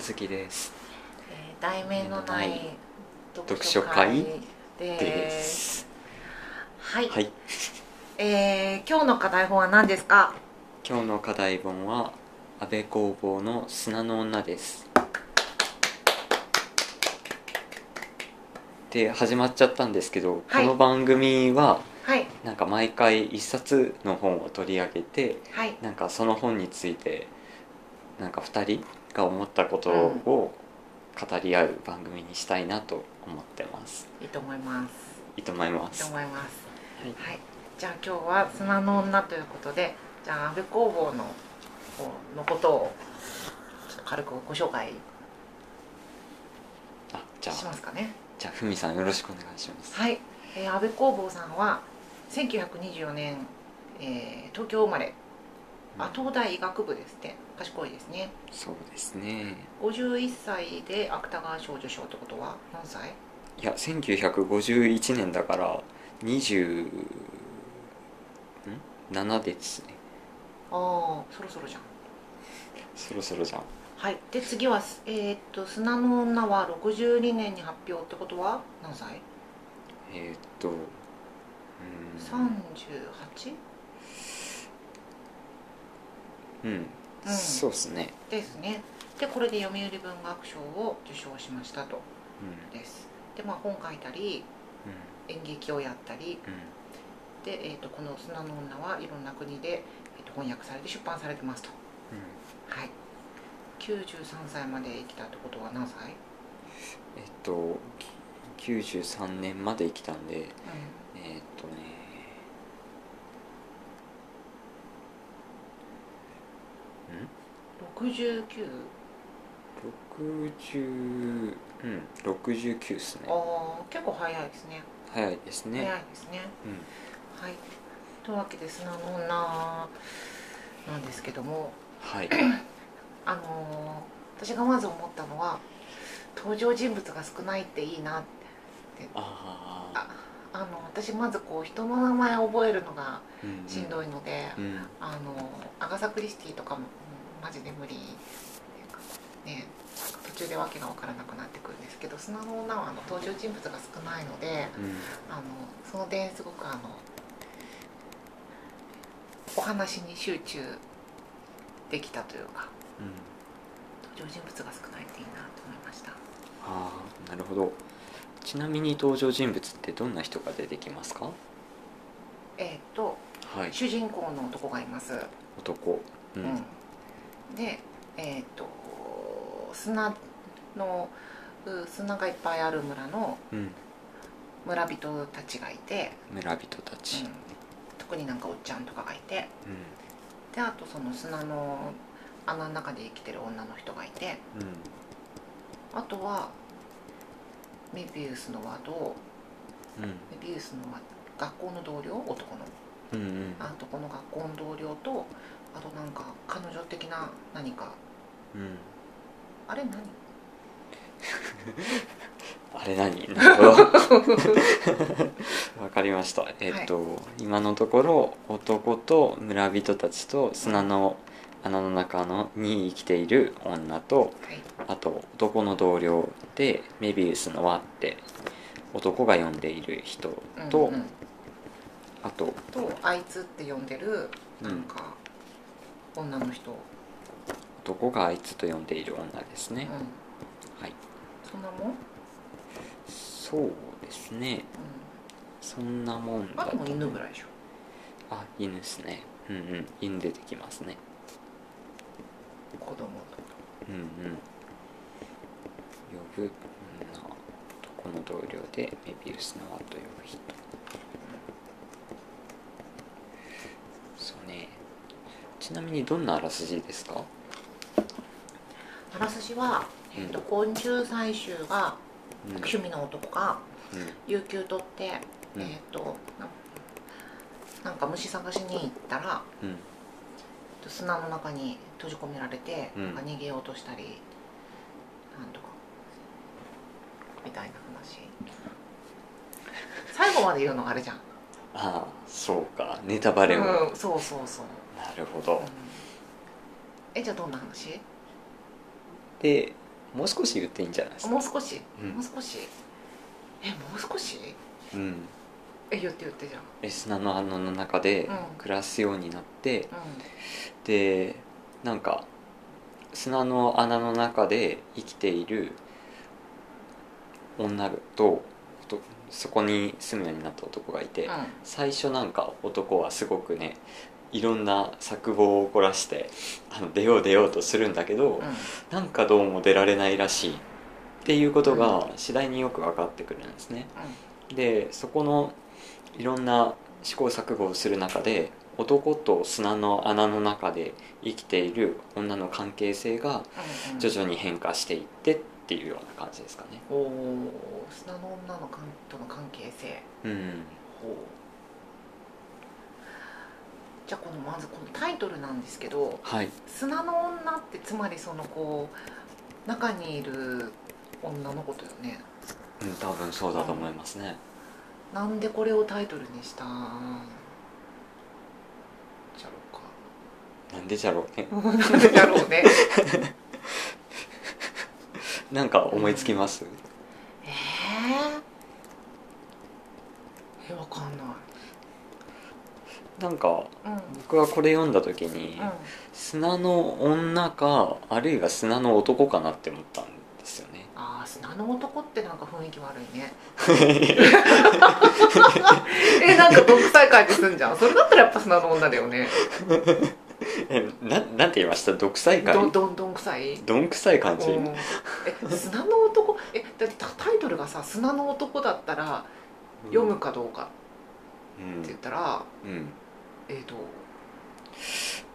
ずきです。えー題名のない読読書書会会ですです。はい、はい。えー今日の課題本は何ですか今日の課題本は安倍工房の砂の女です。で始まっちゃったんですけど、はいこの番組ははいなんか毎回一冊の本を取り上げて、はいなんかその本についてなんか二人が思ったことを語り合う番組にしたいなと思ってます。いいと思いますいいと思いまいいとす。思いますはいはいじゃあ今日は砂の女ということでじゃあ安部工房のこうのことをちょっと軽くご紹介あ、じゃしあますかねじゃあふみさんよろしくお願いします。はい、えー、安部工房さんは1924年、えー東京生まれあ東大医学部ですって賢いですねそうですね。 51歳で芥川賞受賞ってことは何歳いや、1951年だから20ん7ですね。ああそろそろじゃんそろそろじゃん。はいで次はすえーっと「砂の女」は62年に発表ってことは何歳えーっと、うーん、 38? うん、うんそうですね。ですねでこれで読売文学賞を受賞しましたとうん、ですでまあ本書いたり演劇をやったりうん、うん、で、えー、とこの「砂の女」はいろんな国で、えー、と翻訳されて出版されてますとうん。はい93歳まで生きたってことは何歳、えっと、き93年まで生きたんで、えーっとね、んうん、69? 60うん69ですねああ結構早いですね早いですね、早いですねうん、はいというわけで「砂の女」なんですけどもはい あのー私がまず思ったのは登場人物が少ないっていいなってああああの私まずこう人の名前覚えるのがうんしんどいので、うん、うんあのアガサ・クリスティとかもうんマジで無理ね途中でわけが分からなくなってくるんですけど「砂の女」はあの登場人物が少ないのであのその点すごくあのお話に集中できたというかうん登場人物が少ないっていいなと思いましたああなるほどちなみに登場人物ってどんな人が出てきますかえっ、とはい主人公の男がいます、男うん、うんうん、でえっ、と砂のう砂がいっぱいある村の村人たちがいて、村人たちうん、特になんかおっちゃんとかがいてうであとその砂の穴の中で生きてる女の人がいてんうん、あとはメビウスの和道うんメビウスの輪学校の同僚男のうんうんあとこの学校の同僚とあとなんか彼女的な何かうんあれ何あれ何 なるほどわかりましたえっ、と、今のところ男と村人たちと砂の穴の中のに生きている女とはいあと男の同僚でメビウスの輪って男が呼んでいる人と、うんうんあととあいつって呼んでるうんなんか女の人、男があいつと呼んでいる女ですうんね、はいそんなもん、うん、そうですねそんなもんあだとも犬ぐいらいでしょあ犬ですねうんうん犬出てきますね子供とうんうん呼ぶ女男の同僚でメビウスの輪と呼ぶ人そうねちなみにどんなあらすじですかあらすじは、えっと昆虫採集がうんうん趣味の男が有給取って、うんえっとななんか虫探しに行ったらうん砂の中に閉じ込められて、うんなんか逃げようとしたりなんとかみたいな話最後まで言うのあれじゃんああそうかネタバレを、うん、そうそうそう、なるほうどんえじゃあどんな話でもう少し言っていいんじゃないですかもう少し、うんもう少しえもう少しうんえ言って言ってじゃん S ナのあの中でうん暮らすようになって、うんでなんか砂の穴の中で生きている女ととそこに住むようになった男がいて、うん最初なんか男はすごくねいろんな策謀を凝らしてあの出よう出ようとするんだけど、うんなんかどうも出られないらしいっていうことが次第によく分かってくるんですね。でそこのいろんな試行錯誤をする中で男と砂の穴の中で生きている女の関係性がうんうん徐々に変化していってっていうような感じですかね。おお砂の女の関との関係性うん、ほうじゃあこのまずこのタイトルなんですけどはい、 「砂の女」ってつまりそのこう中にいる女のことよねうん、多分そうだと思いますね。なんでこれをタイトルにしたんじゃろうかなんでじゃろうね。なんでだろうねなんか思いつきます。 えー、えわかんないなんかうんうん僕はこれ読んだ時に、砂の女かあるいは砂の男かなって思ったんですよね。ああ砂の男ってなんか雰囲気悪 いねえなんか独裁感じすんじゃんそれだったらやっぱ砂の女だよねえ、ななんて言いました。独裁感。どどんどん臭いどんくさい感じ、うんえ砂の男えだってタタイトルがさ「砂の男」だったら読むかどうかってうん、言ったら、うんえっ、と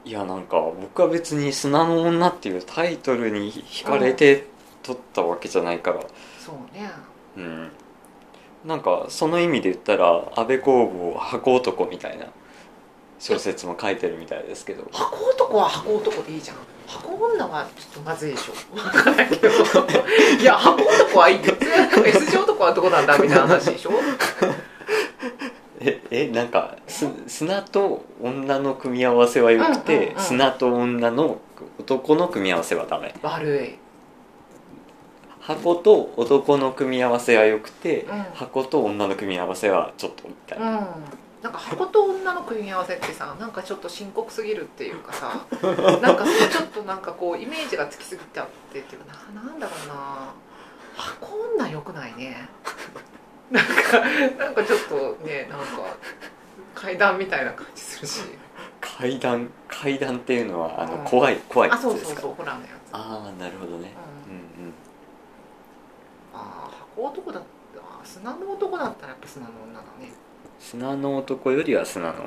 いやなんか僕は別に「砂の女」っていうタイトルに惹かれて撮ったわけじゃないからそうねうん、なんかその意味で言ったら安部公房箱男みたいな小説も書いてるみたいですけど箱男は箱男でいいじゃん箱女はちょっとまずいでしょわかんないけどいや箱男はいいんだよ S 字男はどうなんだみたいな話でしょええなんかす砂と女の組み合わせはよくて、うんうんうん砂と女の男の組み合わせはダメ悪い箱と男の組み合わせはよくて、うん箱と女の組み合わせはちょっとみたいうんな、なんか箱と女の組み合わせってさなんかちょっと深刻すぎるっていうか さなんかそうちょっとなんかこうイメージがつきすぎちゃってっていうかななんだろうな箱女良くないねなんかなんかちょっとねなんか階段みたいな感じするし階段階段っていうのはあのうん怖い怖いあやつそうでそすうかそうホラーのやつあああなるほどねうんうんあー箱男だっあー砂の男だったらやっぱ砂の女だね砂の男よりは砂の女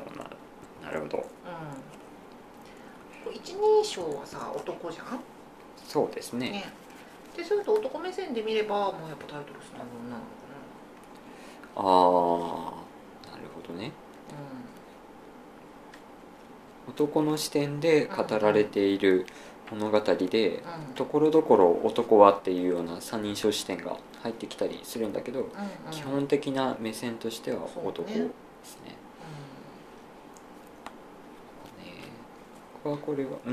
なるほどうん一人称はさ男じゃんそうですねね、でそういうと男目線で見ればもうやっぱタイトルその女なのかああなるほどねな、男の視点で語られている物語でうんうん、ところどころ男はっていうような三人称視点が入ってきたりするんだけど、うんうん、基本的な目線としては男そうねですねね僕はこれはう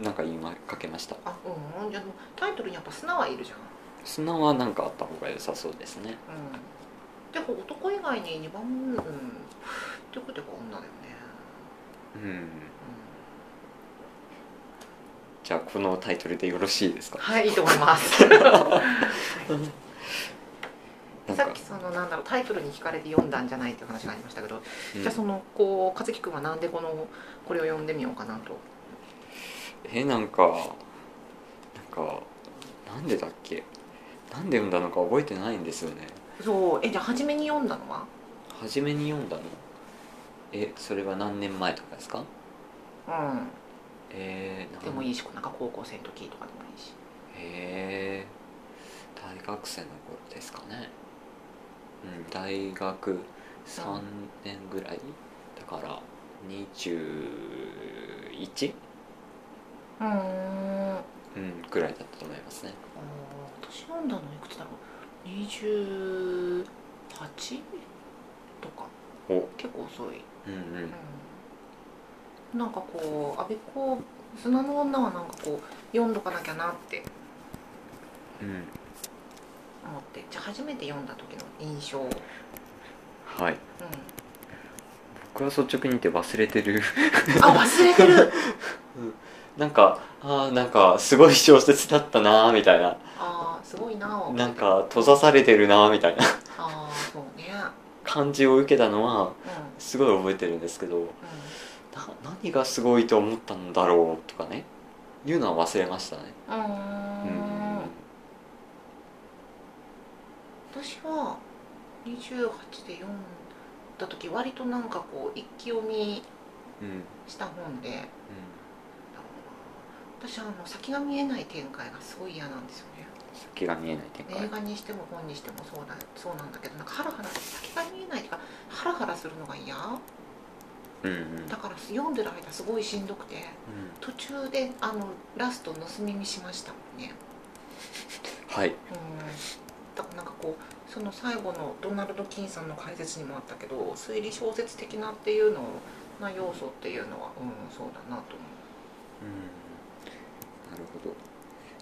んなんか言いかけましたあうんうんじゃあもうタイトルにやっぱ砂はいるじゃん、砂はなんかあった方が良さそうですねうん、でも男以外に2番うんってことで女だよね、うんうじゃあこのタイトルでよろしいですかん、はいいいと思います なんさかっきそのなんだろうタイトルに惹かれて読んだんじゃないっていう話がありましたけど、うんじゃあそのこう和樹くんはなんでこのこれを読んでみようかなとえなんかなんかなんでだっけなんで読んだのか覚えてないんですよねそうえじゃあ初めに読んだのは初めに読んだのえそれは何年前とかですかうんえー、なんでもいいし、なんか高校生の時とかでもいいし。へえ大学生の頃ですかねうん大学3年ぐらいだから21うん。あうんぐらいだったと思いますねー私読んだのいくつだろう。二十八とかお結構遅い。うんうんうん。なんかこう安倍公砂の女はなんかこう読んどかなきゃなってうん思ってじゃあ初めて読んだ時の印象、うん、はい僕は率直に言って忘れてるあ忘れて る なんかあーなんかすごい小説だったなーみたいなああすごいなあなんか閉ざされてるなーみたいなああそうね感じを受けたのはうんうんすごい覚えてるんですけどな何がすごいと思ったんだろうとかねいうのは忘れましたねうーうんん私は28で読んだ時割となんかこう一気読みうんうんした本で私あの先が見えない展開がすごい嫌なんですよね先が見えない展開映画にしても本にしてもそうだそうなんだけどなんかハラハラ先が見えないとかハラハラするのが嫌うんうんうんだから読んでる間すごいしんどくて途中であのラスト盗み見しましたもんねはいうんだからなんかこうその最後のドナルド・キンさんの解説にもあったけど推理小説的なっていうのな要素っていうのはうんそうだなと思うなるほど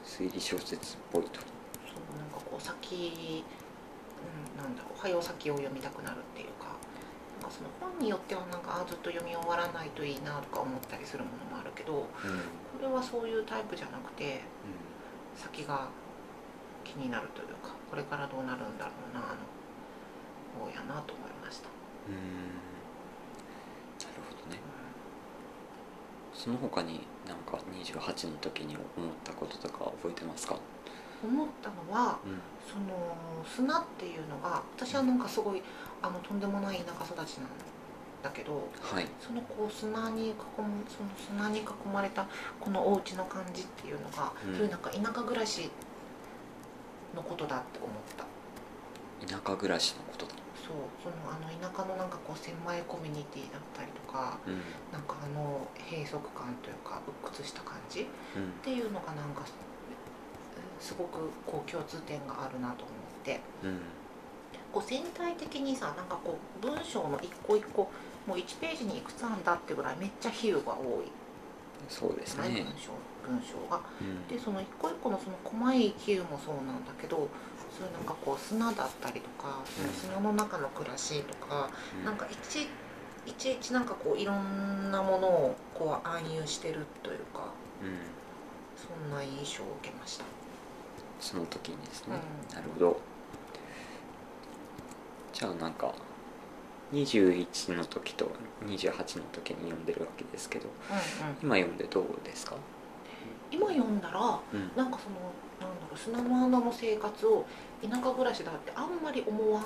推理小説っぽいとそうなんかこう先、うん、なんだろう早う先を読みたくなるっていうかなんかその本によってはなんかあずっと読み終わらないといいなとか思ったりするものもあるけどこうんうんれはそういうタイプじゃなくて先が気になるというかこれからどうなるんだろうなあの方やなと思いました。うんなるほどねその他になんか28の時に思ったこととか覚えてますか思ったのはうんその砂っていうのが私はなんかすごいあのとんでもない田舎育ちなんだけどはいそのこう砂に囲むその砂に囲まれたこのお家の感じっていうのが、うんそういうなんか田舎暮らしのことだって思った田舎暮らしのことだそうそのあの田舎のなんかこう狭いコミュニティだったりとかうんなんかあの閉塞感というか鬱屈した感じうんっていうのがなんかすごくこう共通点があるなと思ってうんこう全体的にさなんかこう文章の一個一個もう1ページにいくつあんだってぐらいめっちゃ比喩が多いそうですないね文章文章が。うんでその一個一個のその細い比喩もそうなんだけどそういうなんかこう砂だったりとかその砂の中の暮らしとかうんなんかいちいちいちなんかこういろんなものをこう暗喩してるというかうんそんな印象を受けました。その時にですね、うんなるほどじゃあなんか21の時と28の時に読んでるわけですけどうんうん今読んでどうですか、今読んだらうんなんかそのなんだろう砂の穴の生活を田舎暮らしだってあんまり思わ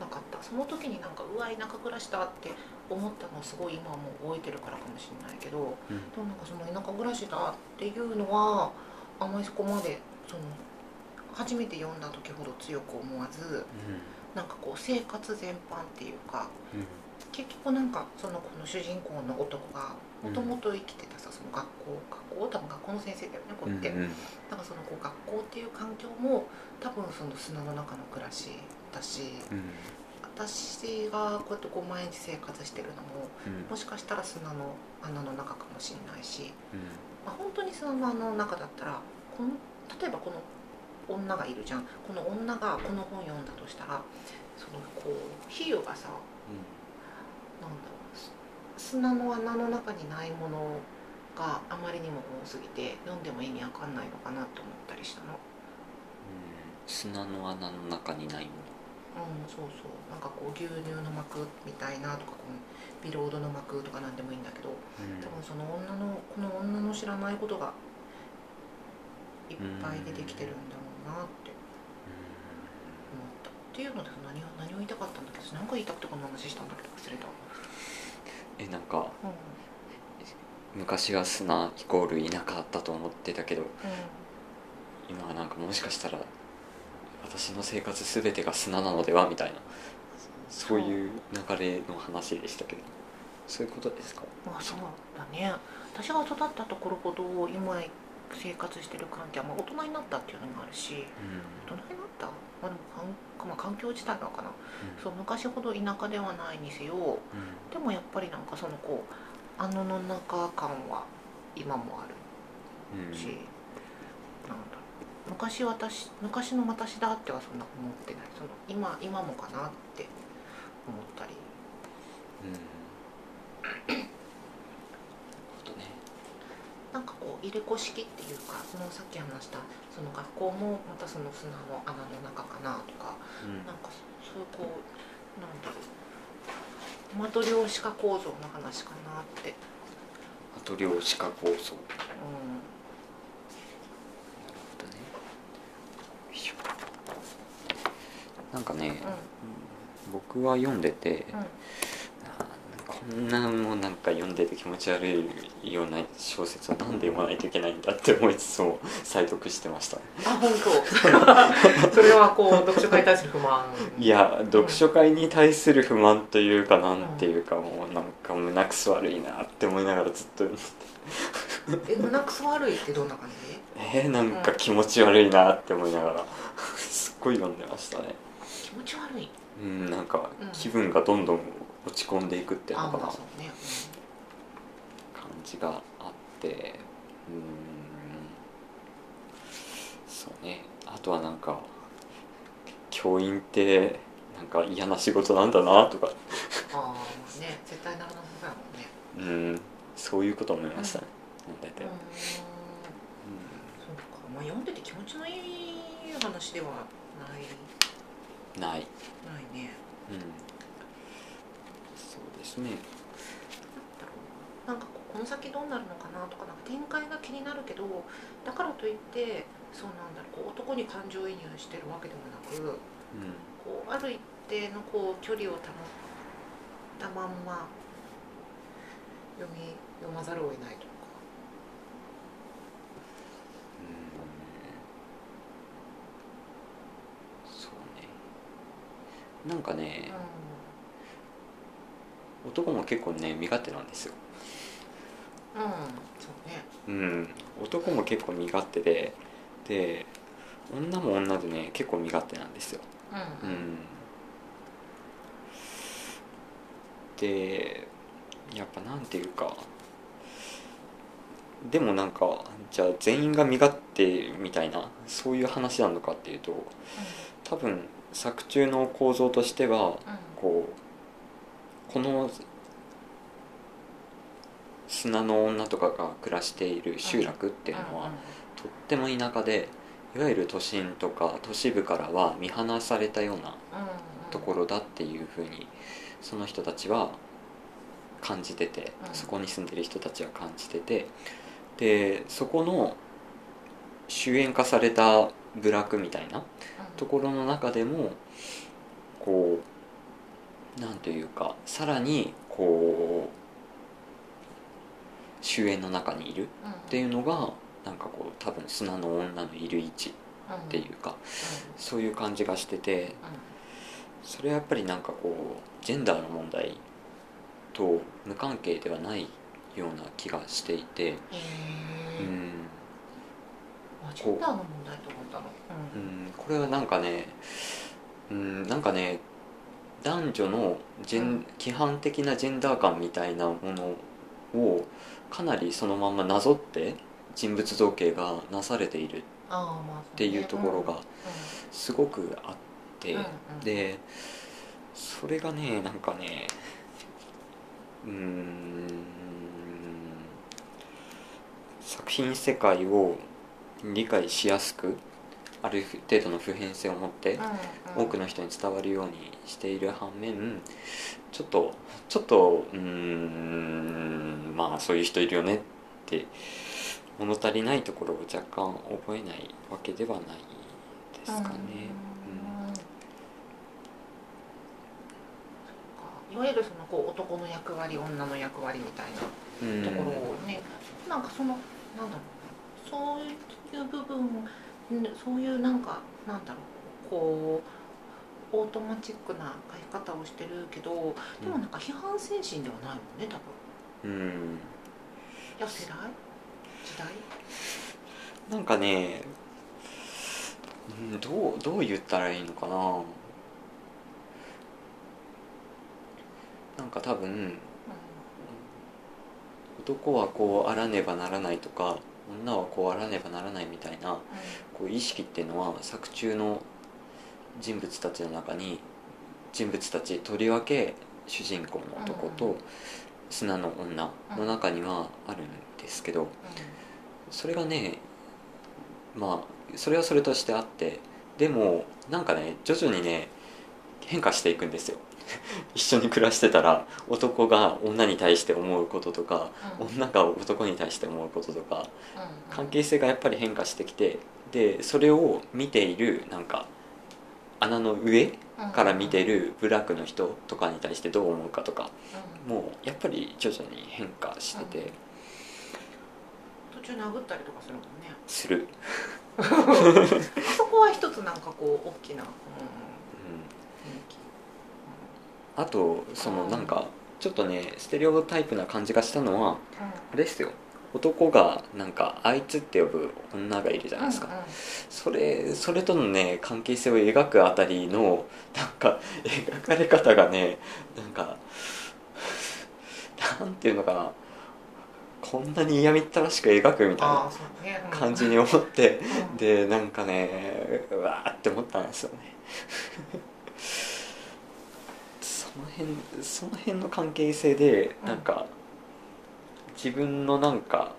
なかったその時になんかうわ田舎暮らしだって思ったのをすごい今はもう覚えてるからかもしれないけどうんでもなんかその田舎暮らしだっていうのはあまりそこまでその初めて読んだ時ほど強く思わずなんかこう生活全般っていうかうん結局なんかそのこの主人公の男がもともと生きてたさその学校学校多分学校の先生だよねこううんやって、うんうんだからそのこう学校っていう環境も多分その砂の中の暮らしだしうん私がこうやってこう毎日生活してるのもうんもしかしたら砂の穴の中かもしれないし、うんまあ、本当に砂の穴の中だったらこの例えばこの女がいるじゃんこの女がこの本読んだとしたらそのこう比喩がさなんだろうす砂の穴の中にないものがあまりにも多すぎて読んでも意味わかんないのかなと思ったりしたの。砂の穴の中にないもうん、そうそうなんかこう牛乳の膜みたいなとかこのビロードの膜とかなんでもいいんだけどの、多分その女のこの女の知らないことがいっぱい出てきてるんだろうなって思ったっていうので何を何を言いたかったんだっけど何か言いたくてこんな話したんだけど忘れた、うんえなんかうん昔は砂イコール田舎だと思ってたけどう今はなんかもしかしたら私の生活全てが砂なのではみたいなそそういう流れの話でしたけどそういうことですかん、まあそうだね私が育ったところほど今生活してる環境は、まあ、大人になったっていうのもあるし大人になった、まあ、でもかん、まあ、環境自体なのかなそう昔ほど田舎ではないにせようんうんでもやっぱりなんかそのこうあのの中感は今もあるうんし、なんだろう昔私昔の私だってはそんな思ってないその今今もかなって思ったりとねなんかこう入れ子式っていうかそのさっき話したその学校もまたその砂の穴の中かなとかうんなんかそそういうこうなんだろうトマト量子化構造の話かなって、あと量子化構造うなるほどねよいしょなんかね、んうん僕は読んでて、うんこんなもうなんか読んでて気持ち悪いような小説をなんで読まないといけないんだって思いつつも再読してましたあ本当それはこう読書会に対する不満いや読書会に対する不満というかなんていうかもうなんか胸くそ悪いなって思いながらずっとえ胸くそ悪いってどんな感じえー、なんか気持ち悪いなって思いながらすっごい読んでましたね気持ち悪いうんなんかうん気分がどんどん落ち込んでいくっていうあのかまなあそうね、感じがあってうーんそうねあとはなんか教員ってなんか嫌な仕事なんだなとかうん、ああまあね絶対ならなさそうやもんねうんそういうこと思いましたね読んでうて、ーうんんそうかまあ読んでて気持ちのいい話ではないない、ないねうん、そうですねなんだろうなんかこうこの先どうなるのかなとかなんか展開が気になるけどだからといってそうなんだろうこう男に感情移入してるわけでもなくうこうある一定のこう距離を保ったまんま読み読まざるを得ないとかん、そうねなんかねう男も結構ね身勝手なんですよん、うん、そうねうん、男も結構身勝手でで女も女でね結構身勝手なんですよ、う、うんうんん、でやっぱなんていうかでもなんかじゃあ全員が身勝手みたいなそういう話なのかっていうと多分作中の構造としてはこうこの砂の女とかが暮らしている集落っていうのは、とっても田舎でいわゆる都心とか都市部からは見放されたようなところ、ろだっていうふうにその人たちは感じててうんそこに住んでる人たちは感じててでそこの終焉化された部落みたいなうんところの中でもこうなんというかさらにこう終焉の中にいるうん、っっていうのがなんかこう多分砂の女のいる位置っっていうかそういう感じがしててそれはやっぱりなんかこうジェンダーの問題と無関係ではないような気がしていてへえ、うんあジェンダーの問題と思ったの、ううんんこれはなんかねうんなんかね男女のジェうンん規範的なジェンダー感みたいなものをかなりそのまんまなぞって人物造形がなされているっああまあっていうところがすごくあって、うんうんでそれがねなんかねうーん作品世界を理解しやすくある程度の普遍性を持って多くのの人に伝わるようにしている反面ちょっとちょっとうーんまあそういう人いるよねって物足りないところを若干覚えないわけではないですかね。うんそっかいわゆるそのこう男の役割女の役割みたいなうんところをね、なんかそのなんだろうなそういう部分をうんそういうなんかなんだろうこうオートマチックな書き方をしてるけどでもなんか批判精神ではないもんね多分うん、いや世代時代なんかねうんどうどう言ったらいいのかななんか多分う男はこうあらねばならないとか女はこうあらねばならないみたいなこう意識っていうのは作中の人物たちの中に人物たちとりわけ主人公の男うんうと砂の女の中にはあるんですけどそれがねまあそれはそれとしてあってでもなんかね徐々にね変化していくんですよ 一緒に暮らしてたら男が女に対して思うこととか女が男に対して思うこととか関係性がやっぱり変化してきてでそれを見ているなんか穴の上から見てるるブラックの人とかに対してどう思うかとかもうやっぱり徐々に変化してて途中殴ったりとかするもんねする、あそこは一つなんかこう大きな、うん、雰うん、囲気あとそのうんなんかちょっとねステレオタイプな感じがしたのはあれですよ男がなんかあいつって呼ぶ女がいるじゃないですか、うんうんそれそれとのね関係性を描くあたりのなんか描かれ方がねなんかなんていうのかなこんなに嫌みったらしく描くみたいあなあそうね、うん感じに思ってうんでなんかねうわーって思ったんですよねその辺その辺の関係性でうんなんか、自分のなんか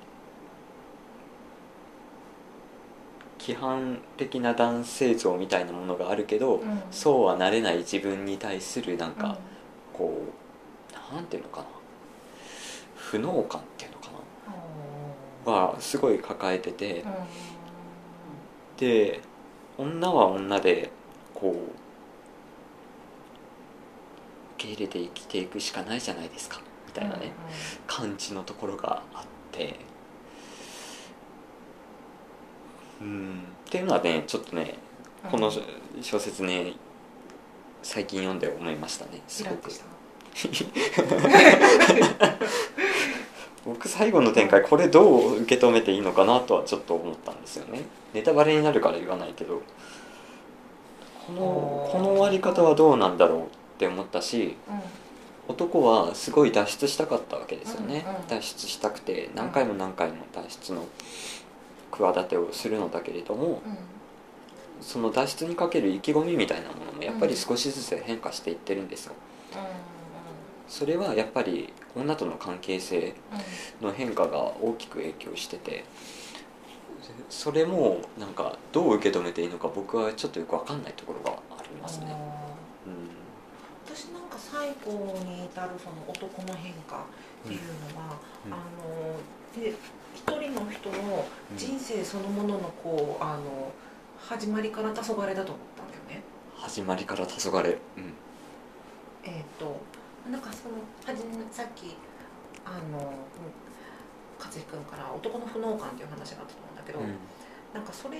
規範的な男性像みたいなものがあるけど、うんそうはなれない自分に対するなんうんか、こうなんていうのかな不能感っていうのかなはすごい抱えてて、うんで女は女でこう受け入れて生きていくしかないじゃないですかみたいなね、感じのところがあってうんっていうのはねちょっとねうんこのうん小説ね最近読んで思いましたねすイごラッとくした僕最後の展開これどう受け止めていいのかなとはちょっと思ったんですよねネタバレになるから言わないけどこのおーこの終わり方はどうなんだろうって思ったしうん男はすごい脱出したかったわけですよね、うんうん脱出したくて何回も何回も脱出の企てをするのだけれどもうんその脱出にかける意気込みみたいなものもやっぱり少しずつ変化していってるんですよそれはやっぱり女との関係性うんの変化が大きく影響しててそれもなんかどう受け止めていいのか僕はちょっとよく分かんないところがありますね。う私なんか最後に至るその男の変化っていうのは、うんあので一人の人の人生そのもののこうあの始まりから黄昏だと思ったんだよね。始まりから黄昏、うんえっ、となんかそのはじめさっきあのうん勝地君から男の不能感っていう話があったと思うんだけど、うんなんかそれ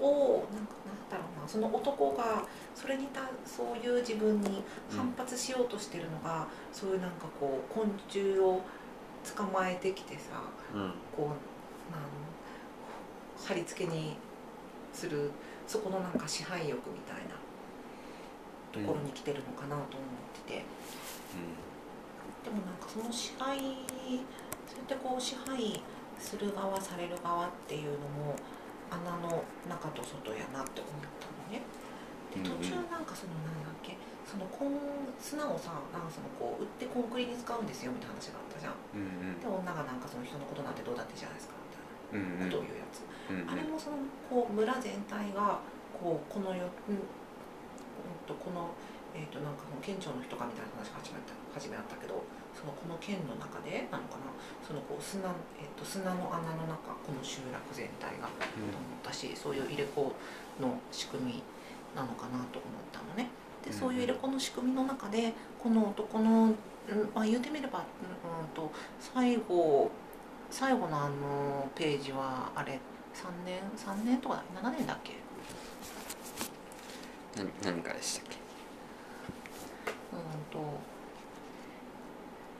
をなんかなんだろうなその男がそれにたそういう自分に反発しようとしてるのが、そういうなんかこう昆虫を捕まえてきてさうんこうなん貼り付けにするそこのなんか支配欲みたいなところに来てるのかなと思ってて、でもなんかその支配そうやってこう支配する側される側っていうのも穴の中と外やなって思ったのね。で途中なんかそのなんだっけそのコン砂をさなんかそのこう売ってコンクリに使うんですよみたいな話があったじゃん。うんうんで女がなんかその人のことなんてどうだってじゃないですかみたいな。うんうんことを言うやつ、うんうんあれもそのこう村全体がこうこのよ、うん、うんとこのえっ、となんかその県庁の人かみたいな話が始まった始めあったけど、そのこの県の中でなのかな、そのこう砂えっ、と砂の穴の中この集落全体がと思ったし、そういう入れ子の仕組みなのかなと思ったのね。でうんそういう入れ子の仕組みの中でこの男の、うんまあ、言うてみれば、うん、うんと最後最後のあのページはあれ3年3年とか7年だっけ何何かでしたっけうんと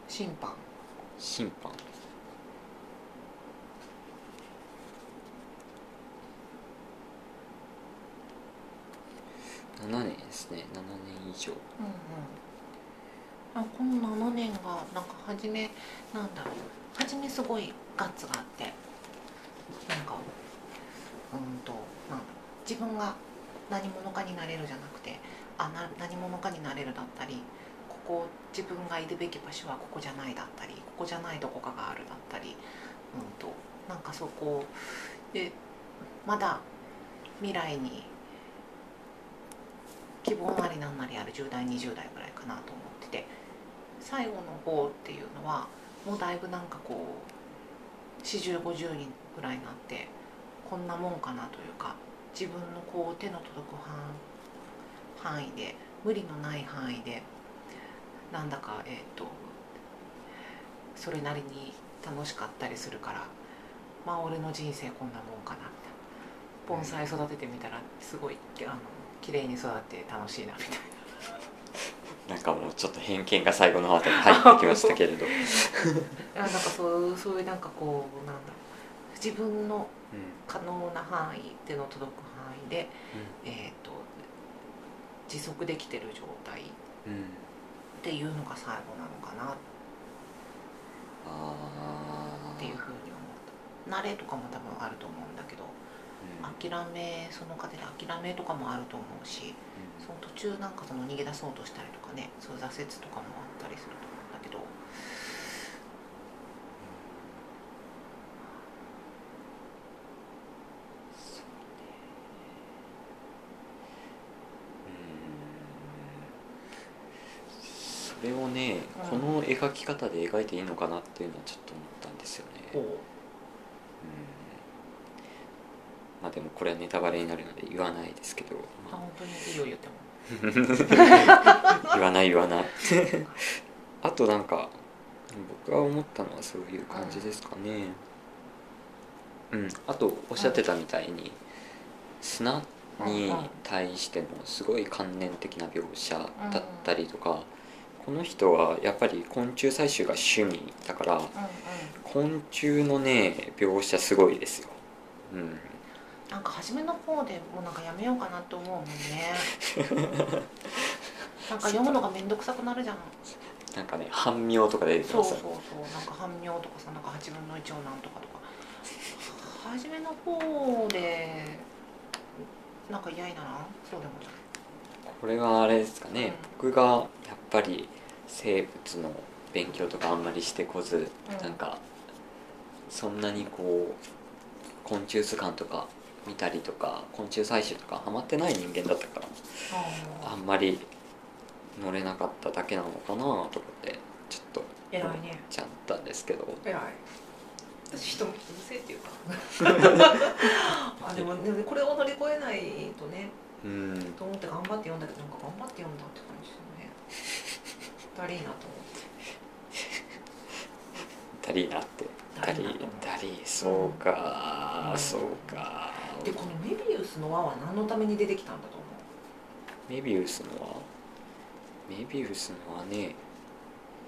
審判審判7年ですね7年以上うんうんあこの7年がなんか初めなんだろう初めすごいガッツがあって分が何者かになれるじゃなくてあな何者かになれるだったりここ自分がいるべき場所はここじゃないだったりここじゃないどこかがあるだったり、うん、となんかそこでまだ未来に希望なりなんなりある10代20代ぐらいかなと思ってて最後の方っていうのはもうだいぶなんかこう4050人ぐらいになってこんなもんかなというか自分のこう手の届く範範囲で無理のない範囲でなんだかえっ、とそれなりに楽しかったりするからまあ俺の人生こんなもんかなみたいな盆栽育ててみたらすごいあの綺麗に育って楽しいなみたいな。なんかもうちょっと偏見が最後の方で入ってきましたけれど、あなんかそうそういうなんかこうなんだろう自分の可能な範囲手の届く範囲で、えー、と持続できてる状態っうんうん、ていうのが最後なのかなあっていうふうに思った慣れとかも多分あると思うんだけどあ、諦めその過程で諦めとかもあると思うしうんその途中なんかその逃げ出そうとしたりとかねそういう挫折とかもあったりすると思うんだけどそれをね、うんこの描き方で描いていいのかなっていうのはちょっと思ったんですよね、うん、こまあでもこれはネタバレになるので言わないですけど、うあま本当にいいよ言ってもあ言わない言わないあとなんか僕が思ったのはそういう感じですかねうん、あとおっしゃってたみたいに砂に対してもすごい観念的な描写だったりとか、この人はやっぱり昆虫採集が趣味だからうんうん昆虫のね描写すごいですよ、うん、なんか初めの方でもうなんかやめようかなと思うもんねなんか読むのが面倒くさくなるじゃんなんかね半妙とか出てきそうまそすうそうなんか半妙とかさなんか8分の1をなんとかとか初めの方でなんか嫌いだなそうでもないこれはあれですかね、うん僕がやっぱり生物の勉強とかあんまりしてこず、うんなんかそんなにこう昆虫図鑑とか見たりとか昆虫採集とかハマってない人間だったからああんまり乗れなかっただけなのかなと思ってちょっとー偉いねちゃったんですけど偉い私人も気のせいっていうかあでもでもこれを乗り越えないとねうんと思って頑張って読んだけどなんか頑張って読んだって感じだよねだりーなと思ってダリーなってダリーダリーそうか、うんそうかでこのメビウスの輪は何のために出てきたんだと思メビウスのはメビウスのはね、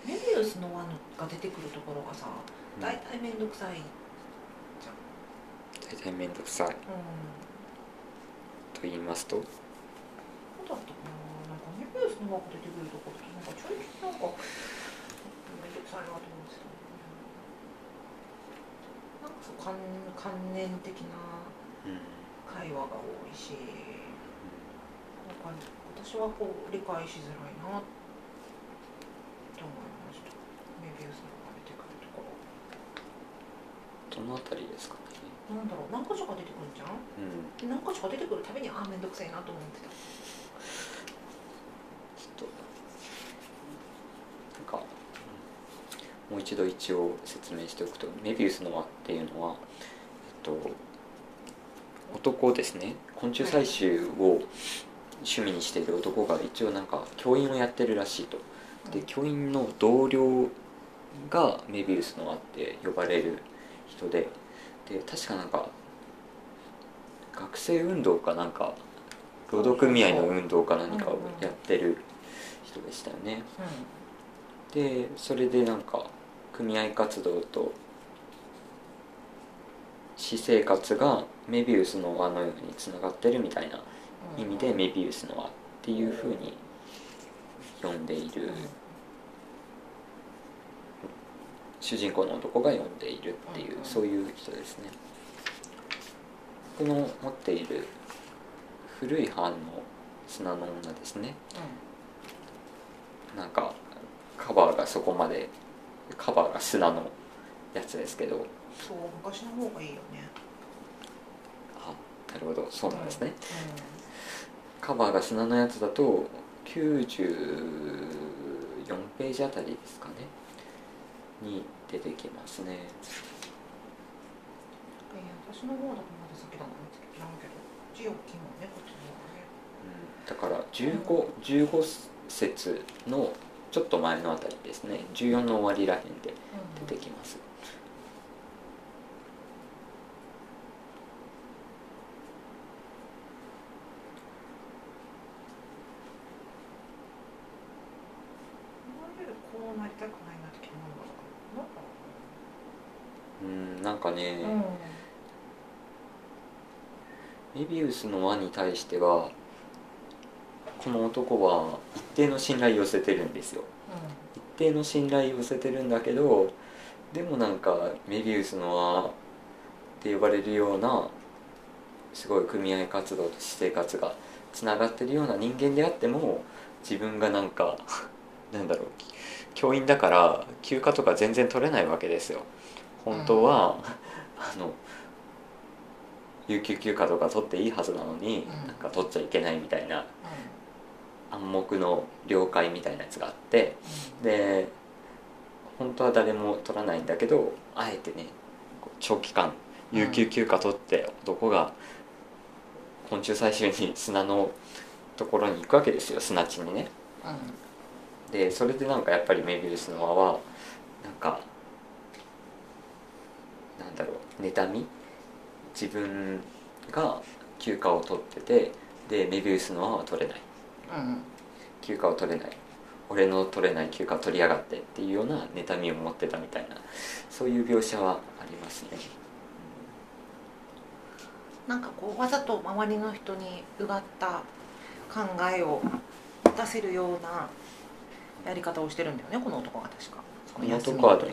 うメビウスの輪が出てくるところがさうん大体面倒くさい、大体面倒くさいうん、と言いますとそうだったかななんかメビウスの輪が出てくるところってなんかちょいちょいなんか面倒くさいなと思うんですけどねなんかそう関関連的なうん、会話が多いしなんか私はこう理解しづらいなって思いましたメビウスの輪が出てくるところどのあたりですかね、なんだろう何か所か出てくるじゃんうん、何か所か出てくるたびにああ面倒くさいなと思ってたちょっとなんかもう一度一応説明しておくとメビウスの輪っていうのは、えっと、男ですね昆虫採集を趣味にしている男が一応なんか教員をやってるらしいとで教員の同僚がメビウスの輪って呼ばれる人でで確かなんか学生運動かなんか労働組合の運動か何かをやってる人でしたよねうでそれでなんか組合活動と私生活がメビウスの輪のようにつながってるみたいなん意味でメビウスの輪っていうふうに呼んでいる主人公の男が読んでいるっていううんうんそういう人ですね僕の持っている古い版の砂の女ですねなんかカバーがそこまでカバーが砂のやつですけどそう昔の方がいいよねあなるほどそうなんですね、カバーが砂のやつだと94ページあたりですかねに出てきますねうんえー私の方だとまだ先だな知らんけど字大きいもんねこっちの方がねうんだから15 15節のちょっと前のあたりですね14の終わりらへんで出てきます思われるこうなりたくないなって気になるのかなうんなんかね、なんかメビウスの輪に対してはこの男は一定の信頼を寄せてるんですよう一定の信頼を寄せてるんだけどでもなんかメビウスの輪って呼ばれるようなすごい組合活動と私生活がつながってるような人間であっても自分がなんか なんだろう教員だから休暇とか全然取れないわけですよ本当は、あの有給休暇とか取っていいはずなのに、うんなんか取っちゃいけないみたいなうんん暗黙の了解みたいなやつがあってうんで本当は誰も取らないんだけどあえてねこう長期間うん有給休暇取って男が昆虫採集に砂のところに行くわけですよ砂地にねうんでそれでなんかやっぱりメビウスの輪はなんかなんだろう妬み自分が休暇を取っててでメビウスの輪は取れないうん休暇を取れない俺の取れない休暇を取りやがってっていうような妬みを持ってたみたいなそういう描写はありますねなんかこうわざと周りの人にうがった考えを持たせるようなやり方をしてるんだよねこの男が確かこの男は休みの取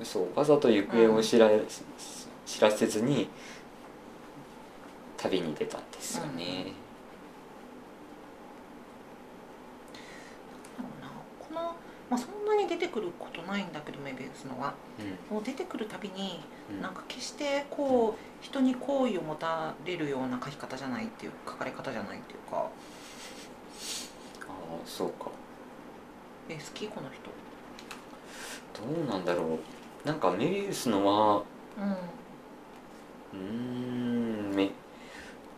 りそうわざと行方を知ら,、知らせずに旅に出たんですよね、方なんだろうなこの、まあ、そんなに出てくることないんだけどメビウスのはうんもう出てくるたびにうんなんか決してこう人に好意を持たれるような書き方じゃないっていう書かれ方じゃないっていうかああそうかえ好きこの人どうなんだろうなんかメビウスのはうんうーんめ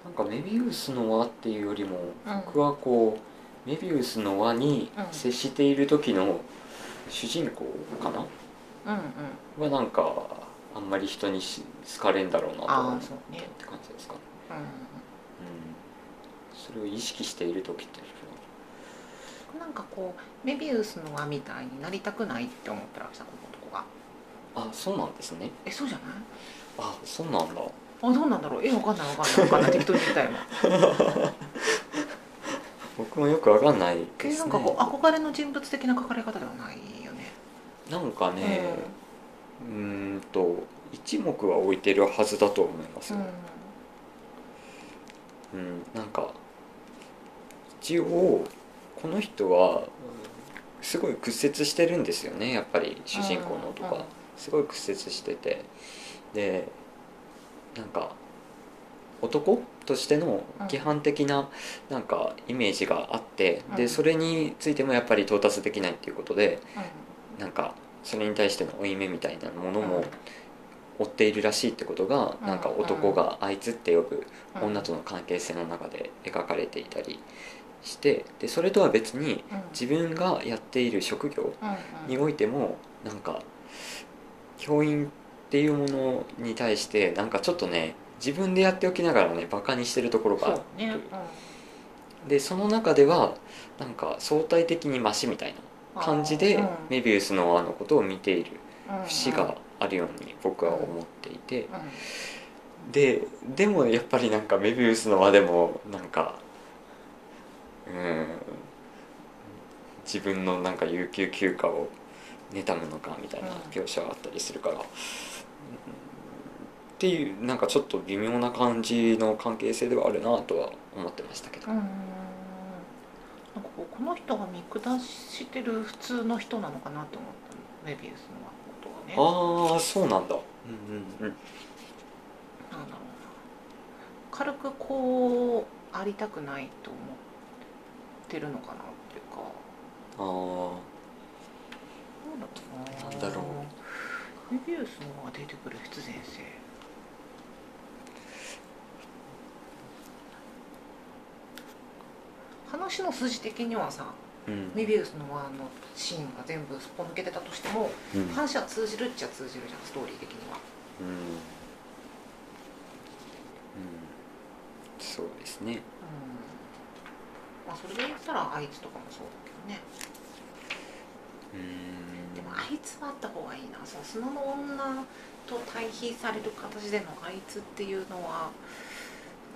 なんかメビウスの輪っていうよりもうん僕はこうメビウスの輪にうん接している時の主人公かなうんうんはなんかあんまり人にし好かれんだろうなと思ああってそうねって感じですかね、うんうんうん、それを意識している時っていううんなんかこうメビウスの輪みたいになりたくないって思ってらっしゃこの男がのはあそうなんですねえそうじゃないあそうなんだあどうなんだろうえわかんないわかんないわかんない適当に言ったよ今僕もよくわかんない えでなすんねかこう憧れの人物的な書かれ方ではないよねなんかねうーんと一目は置いてるはずだと思いますうよ、んうん、なんか一応この人はすごい屈折してるんですよねやっぱり主人公の男うんうんはすごい屈折しててでなんか男としての規範的ななんかイメージがあってうでんそれについてもやっぱり到達できないっていうことでなんかそれに対しての負い目みたいなものうんも追っているらしいってことがなんか男があいつって呼ぶうん女との関係性の中で描かれていたりしてでそれとは別にうん自分がやっている職業うんにおいてもなんか教員っていうものに対してなんかちょっとね自分でやっておきながらねバカにしてるところがあそるうねでその中ではなんか相対的にマシみたいな感じでメビウスの輪のことを見ている節があるように僕は思っていてででもやっぱりなんかメビウスの輪でもなんかうん自分のなんか有給休暇を妬むのかみたいなうん描写があったりするから、うんっていうなんかちょっと微妙な感じの関係性ではあるなとは思ってましたけどうんなんかこうこの人が見下してる普通の人なのかなと思ったのメビウスのことはねああそうなんだうんうなんだんうんろうな軽くこうありたくないと思ってるのかなっていうかあどうだろうななんだろうメビウスの方が出てくる必然性話の筋的にはさあうんメビウスの輪のシーンが全部すっぽ抜けてたとしてもうんうん話は通じるっちゃ通じるじゃんストーリー的にはうんそうですうねんまあそれで言ったらあいつとかもそうだけどねうんでもあいつはあった方がいいなその砂の女と対比される形でのあいつっていうのは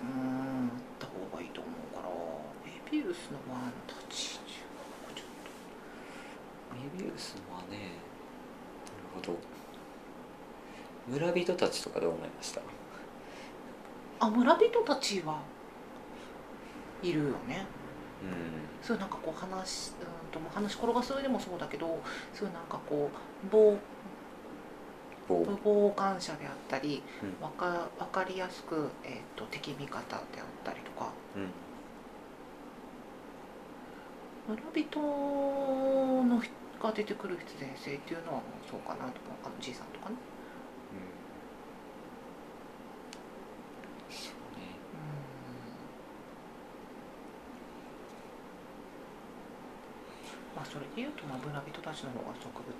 うーんあった方がいいと思うからメビウスのワンたちちょっメビウスはねなるほど村人たちとかどう思いましたとあ村人たちはいるよねうんそういうなんかこう話うんともう話転がす上でもそうだけどそういうなんかこう傍こう傍観者であったりうんわかわかりやすく、えー、と敵味方であったりとかうん村人の人が出てくる必然性っていうのはそうかなと思うあのじいさんとかね、そうねうんまあそれでいうと、まあ、村人たちの方が植物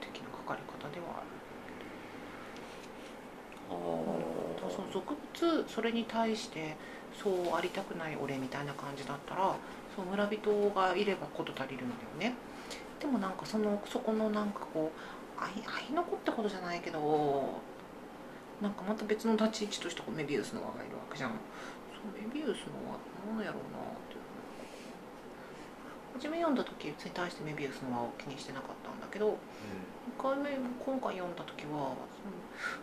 的なかかり方ではあるああそうそう俗物それに対してそうありたくない俺みたいな感じだったらそう村人がいれば事足りるんだよねでもなんかそのそこのなんかこう愛愛の子ってことじゃないけどなんかまた別の立ち位置としてこうメビウスの輪がいるわけじゃんそうメビウスの輪なんやろうなっていう初め読んだ時別に対してメビウスの輪を気にしてなかったんだけど1回目今回読んだ時は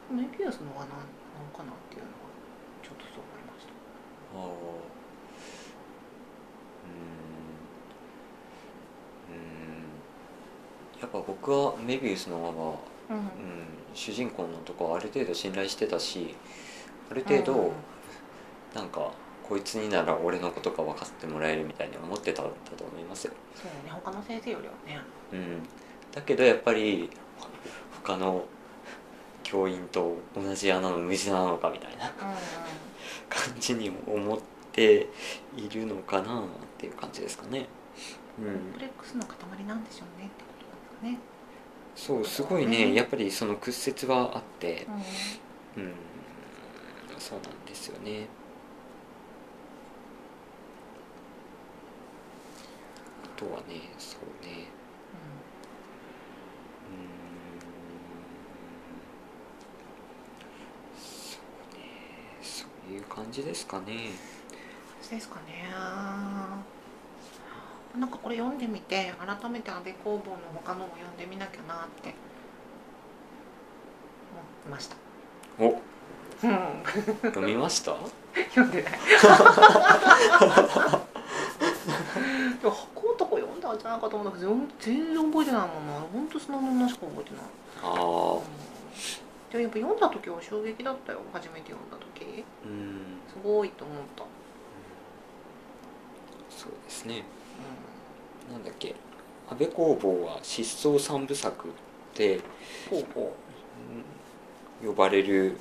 そのメビウスのが何なんかなっていうのはちょっとそう思いましたああうーんうーんやっぱ僕はメビウスのまま、うんうん、主人公のとこある程度信頼してたしある程度、うんなんかこいつになら俺のことが分かってもらえるみたいに思ってたんだと思いますよ、そうね他の先生よりはねうん、だけどやっぱりほ他の教員と同じ穴の虫なのかみたいなうんうん感じに思っているのかなっていう感じですかね。うコンプん、レックスの塊なんでしょうねってことなんでそうすごいねやっぱりその屈折はあってす、かねうん、そうなんですよね。あとはねそうねうーんそうねそういう感じですかね。うんそうですかねなんかこれ読んでみて改めて安倍工房の他のも読んでみなきゃなって思いましたおうん読みました読んでないでも箱男読んだんじゃないかと思うんだけど全然覚えてないもんな本当その女しか覚えてないああうんでもやっぱ読んだ時は衝撃だったよ初めて読んだ時うんすごいと思った、うん、そうですねなんだっけ安倍工房は失踪三部作でほうほうん呼ばれる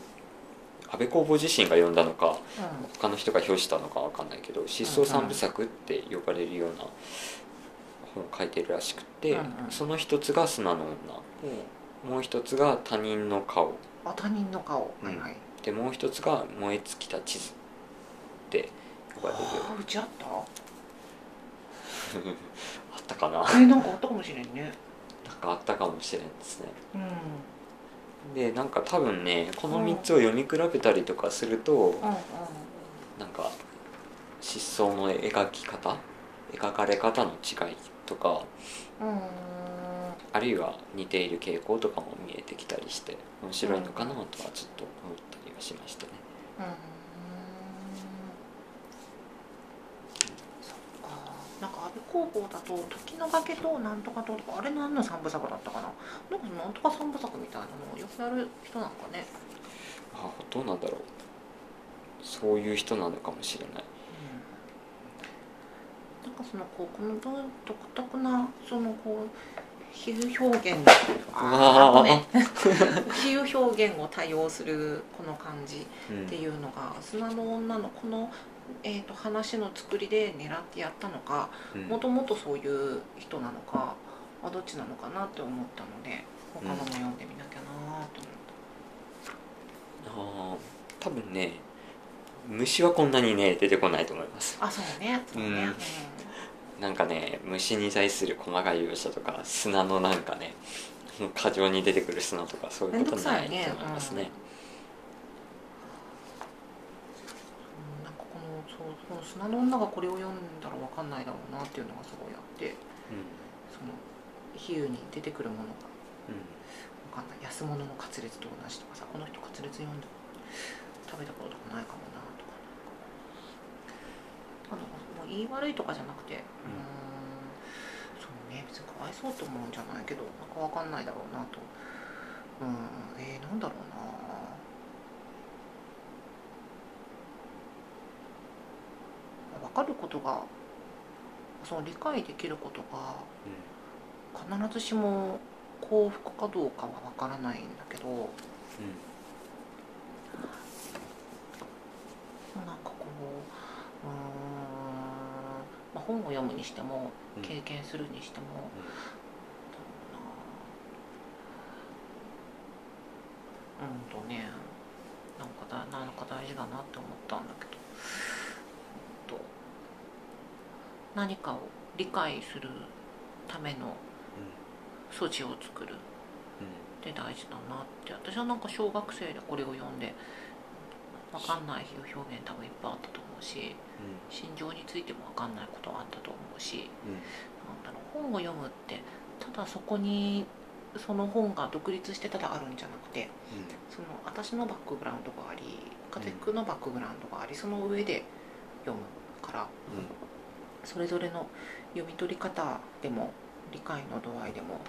安倍工房自身が呼んだのかう、うん、他の人が表したのかわかんないけど失踪三部作って呼ばれるような本を書いてるらしくて、うんうんその一つが「砂の女」もう一つが「他人の顔あ他人の顔、うんはいはい」でもう一つが「燃え尽きた地図」って呼ばれあうちあったるあったかなえなんかあったかもしれんねなんかあったかもしれないですねうんうんでなんか多分ねこの3つを読み比べたりとかすると、うんなんか失踪の描き方描かれ方の違いとかうんあるいは似ている傾向とかも見えてきたりして面白いのかなとはちょっと思ったりはしましたね。うんそっかなんか安倍工房だと時の崖となんとかとあれ何の三部作だったかななんかなんとか三部作みたいなのをよくやる人なんかね、あどうなんだろうそういう人なのかもしれない。うん、なんかそのこうこの文独特なそのこう比喩表現あーごめん比喩表現を多用するこの感じうんっていうのが砂の女のこの、えー、と話の作りで狙ってやったのかうんもともとそういう人なのかあどっちなのかなって思ったので他のも読んでみなきゃなと思った、あー多分ね虫はこんなにね出てこないと思いますあそうねそうね、うんうんなんかね虫に対する細かい描写とか砂のなんかね過剰に出てくる砂とかそういめんうどこくとさないいとね。思いますねうんなんかこのそうこの砂の女がこれを読んだらわかんないだろうなっていうのがすごいあってその比喩に出てくるものがうんうんわかんない安物のカツレツと同じとかさこの人カツレツ読んだ食べたこととかないかもなとかなんかあのもう言い悪いとかじゃなくてうーんそうね別にかわいそうと思うんじゃないけどなんかわかんないだろうなとうんえー、なんだろうな分かることがその理解できることが必ずしも幸福かどうかは分からないんだけどでもなんかこううーん、まあ、本を読むにしてもうん経験するにしても、うんなんだろうなうんとねなんかだなんか大事だなって思ったんだけど、うんと、何かを理解するための措置を作るって大事だなって私はなんか小学生でこれを読んで分かんない比喩表現多分いっぱいあったと思うし心情についても分かんないことはあったと思うしうんうんうんうんなんだろう本を読むってただそこにその本が独立してただあるんじゃなくてその私のバックグラウンドがあり家族のバックグラウンドがありその上で読むからうんそれぞれの読み取り方でも理解の度合いでも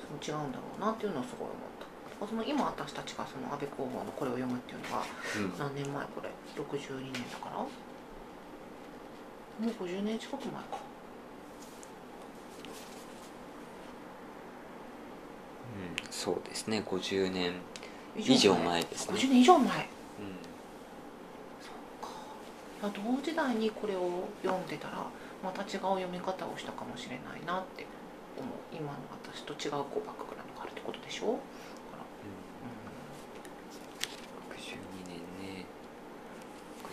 その違うんだろうなっていうのはすごい思ったその今私たちがその安倍公房のこれを読むっていうのがうんうん何年前これ62年だからもう50年近く前かそうですね50年以以上上前前ですね50年以上前う同時代にこれを読んでたらまた違う読み方をしたかもしれないなって思う今の私と違うこうバックグラウンドがあるってことでしょ、んうんうん62年ね62う年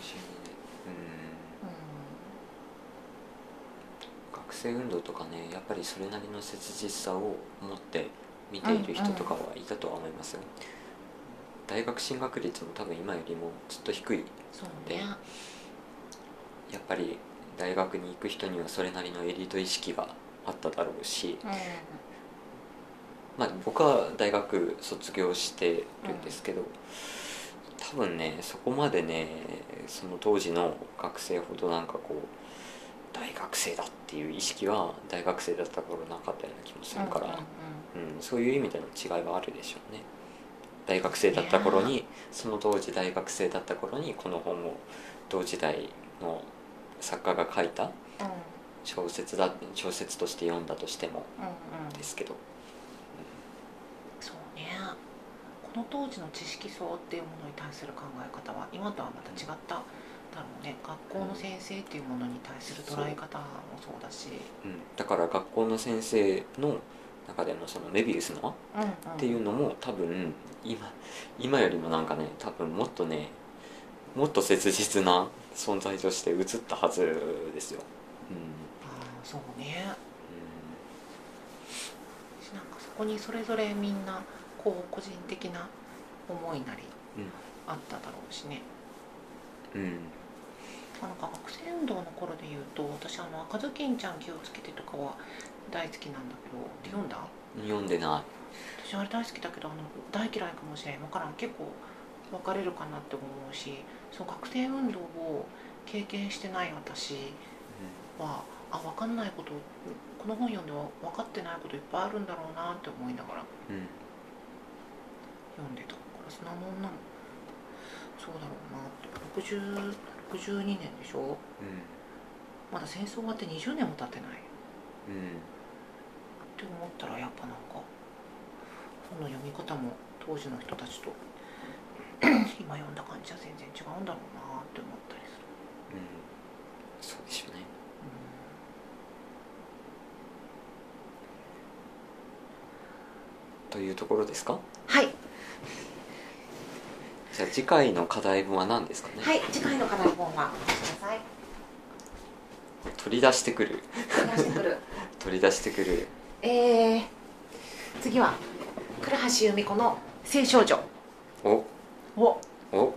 うん学生運動とかねやっぱりそれなりの切実さを持って見ている人とかはいたとは思いますよ、大学進学率も多分今よりもちょっと低いん、そうでね。やっぱり大学に行く人にはそれなりのエリート意識があっただろうし、うまあ、僕は大学卒業してるんですけど、多分ねそこまでねその当時の学生ほどなんかこう大学生だっていう意識は大学生だった頃なかったような気もするん、から、うんうんうんうん、そういう意味での違いはあるでしょうね大学生だった頃にその当時大学生だった頃にこの本を同時代の作家が書いた小説だ小説として読んだとしてもうんうんですけど、そうね。この当時の知識層っていうものに対する考え方は今とはまた違っただろうね。学校の先生っていうものに対する捉え方もそうだし、うん、だから学校の先生の中でのそのメビウスの輪うんうん、っっていうのも多分今今よりもなんかね多分もっとねもっと切実な存在として映ったはずですよ。うんああそうね。うんなんかそこにそれぞれみんなこう個人的な思いなりうんあっただろうしね。うんなんか学生運動の頃で言うと私あの赤ずきんちゃん気をつけてとかは大好きなんだけど読んだ読んでな私あれ大好きだけどあの大嫌いかもしれん分からん結構分かれるかなって思うしその確定運動を経験してない私い、はあ分かんないことこの本読んでは分かってないこといっぱいあるんだろうなって思いながらうんうん読んでたからそんなもんなのそうだろうなって60 62年でしょまだ戦争終わって20年も経ってないうんうっんて思ったらやっぱなんか本の読み方も当時の人たちと今読んだ感じは全然違うんだろうなって思ったりする、うんそうでしょうねというところですかはいじゃあ次回の課題文は何ですかね、はい次回の課題本は「くだ さい」取り出してくる話してくる取り出してくるえー、次は倉橋由美子の「性少女お」をお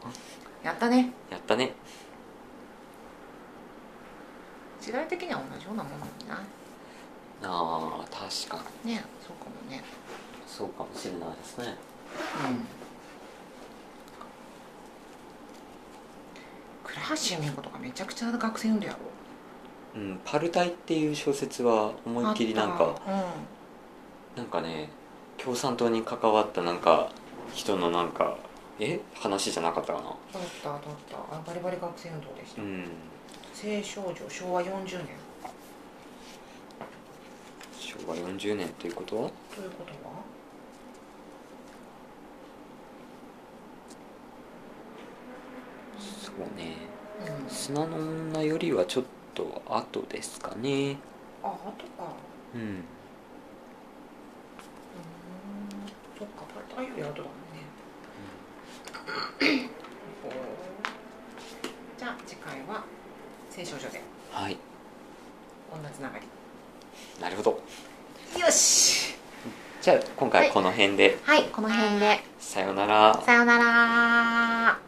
やったねやったね時代的には同じようなもんなんだなあー確かにねそうかもねそうかもしれないですねうん倉橋由美子とかめちゃくちゃ学生読んだやろうん「パルタイ」っていう小説は思いっきりなんあっかたうんなんかね共産党に関わったなんか人のなんかえ話じゃなかったかなだっただったあバリバリ学生運動でしうた、ん青少女昭和40年昭和40年ということはということはそうねうん砂の女よりはちょっと後ですかねあ後かうんうーんそっかパルタイより後だもんね、 ほうじゃあ次回は青少女ではい女つながりなるほどよしじゃあ今回はこの辺で、はいこの辺でさようならさよなら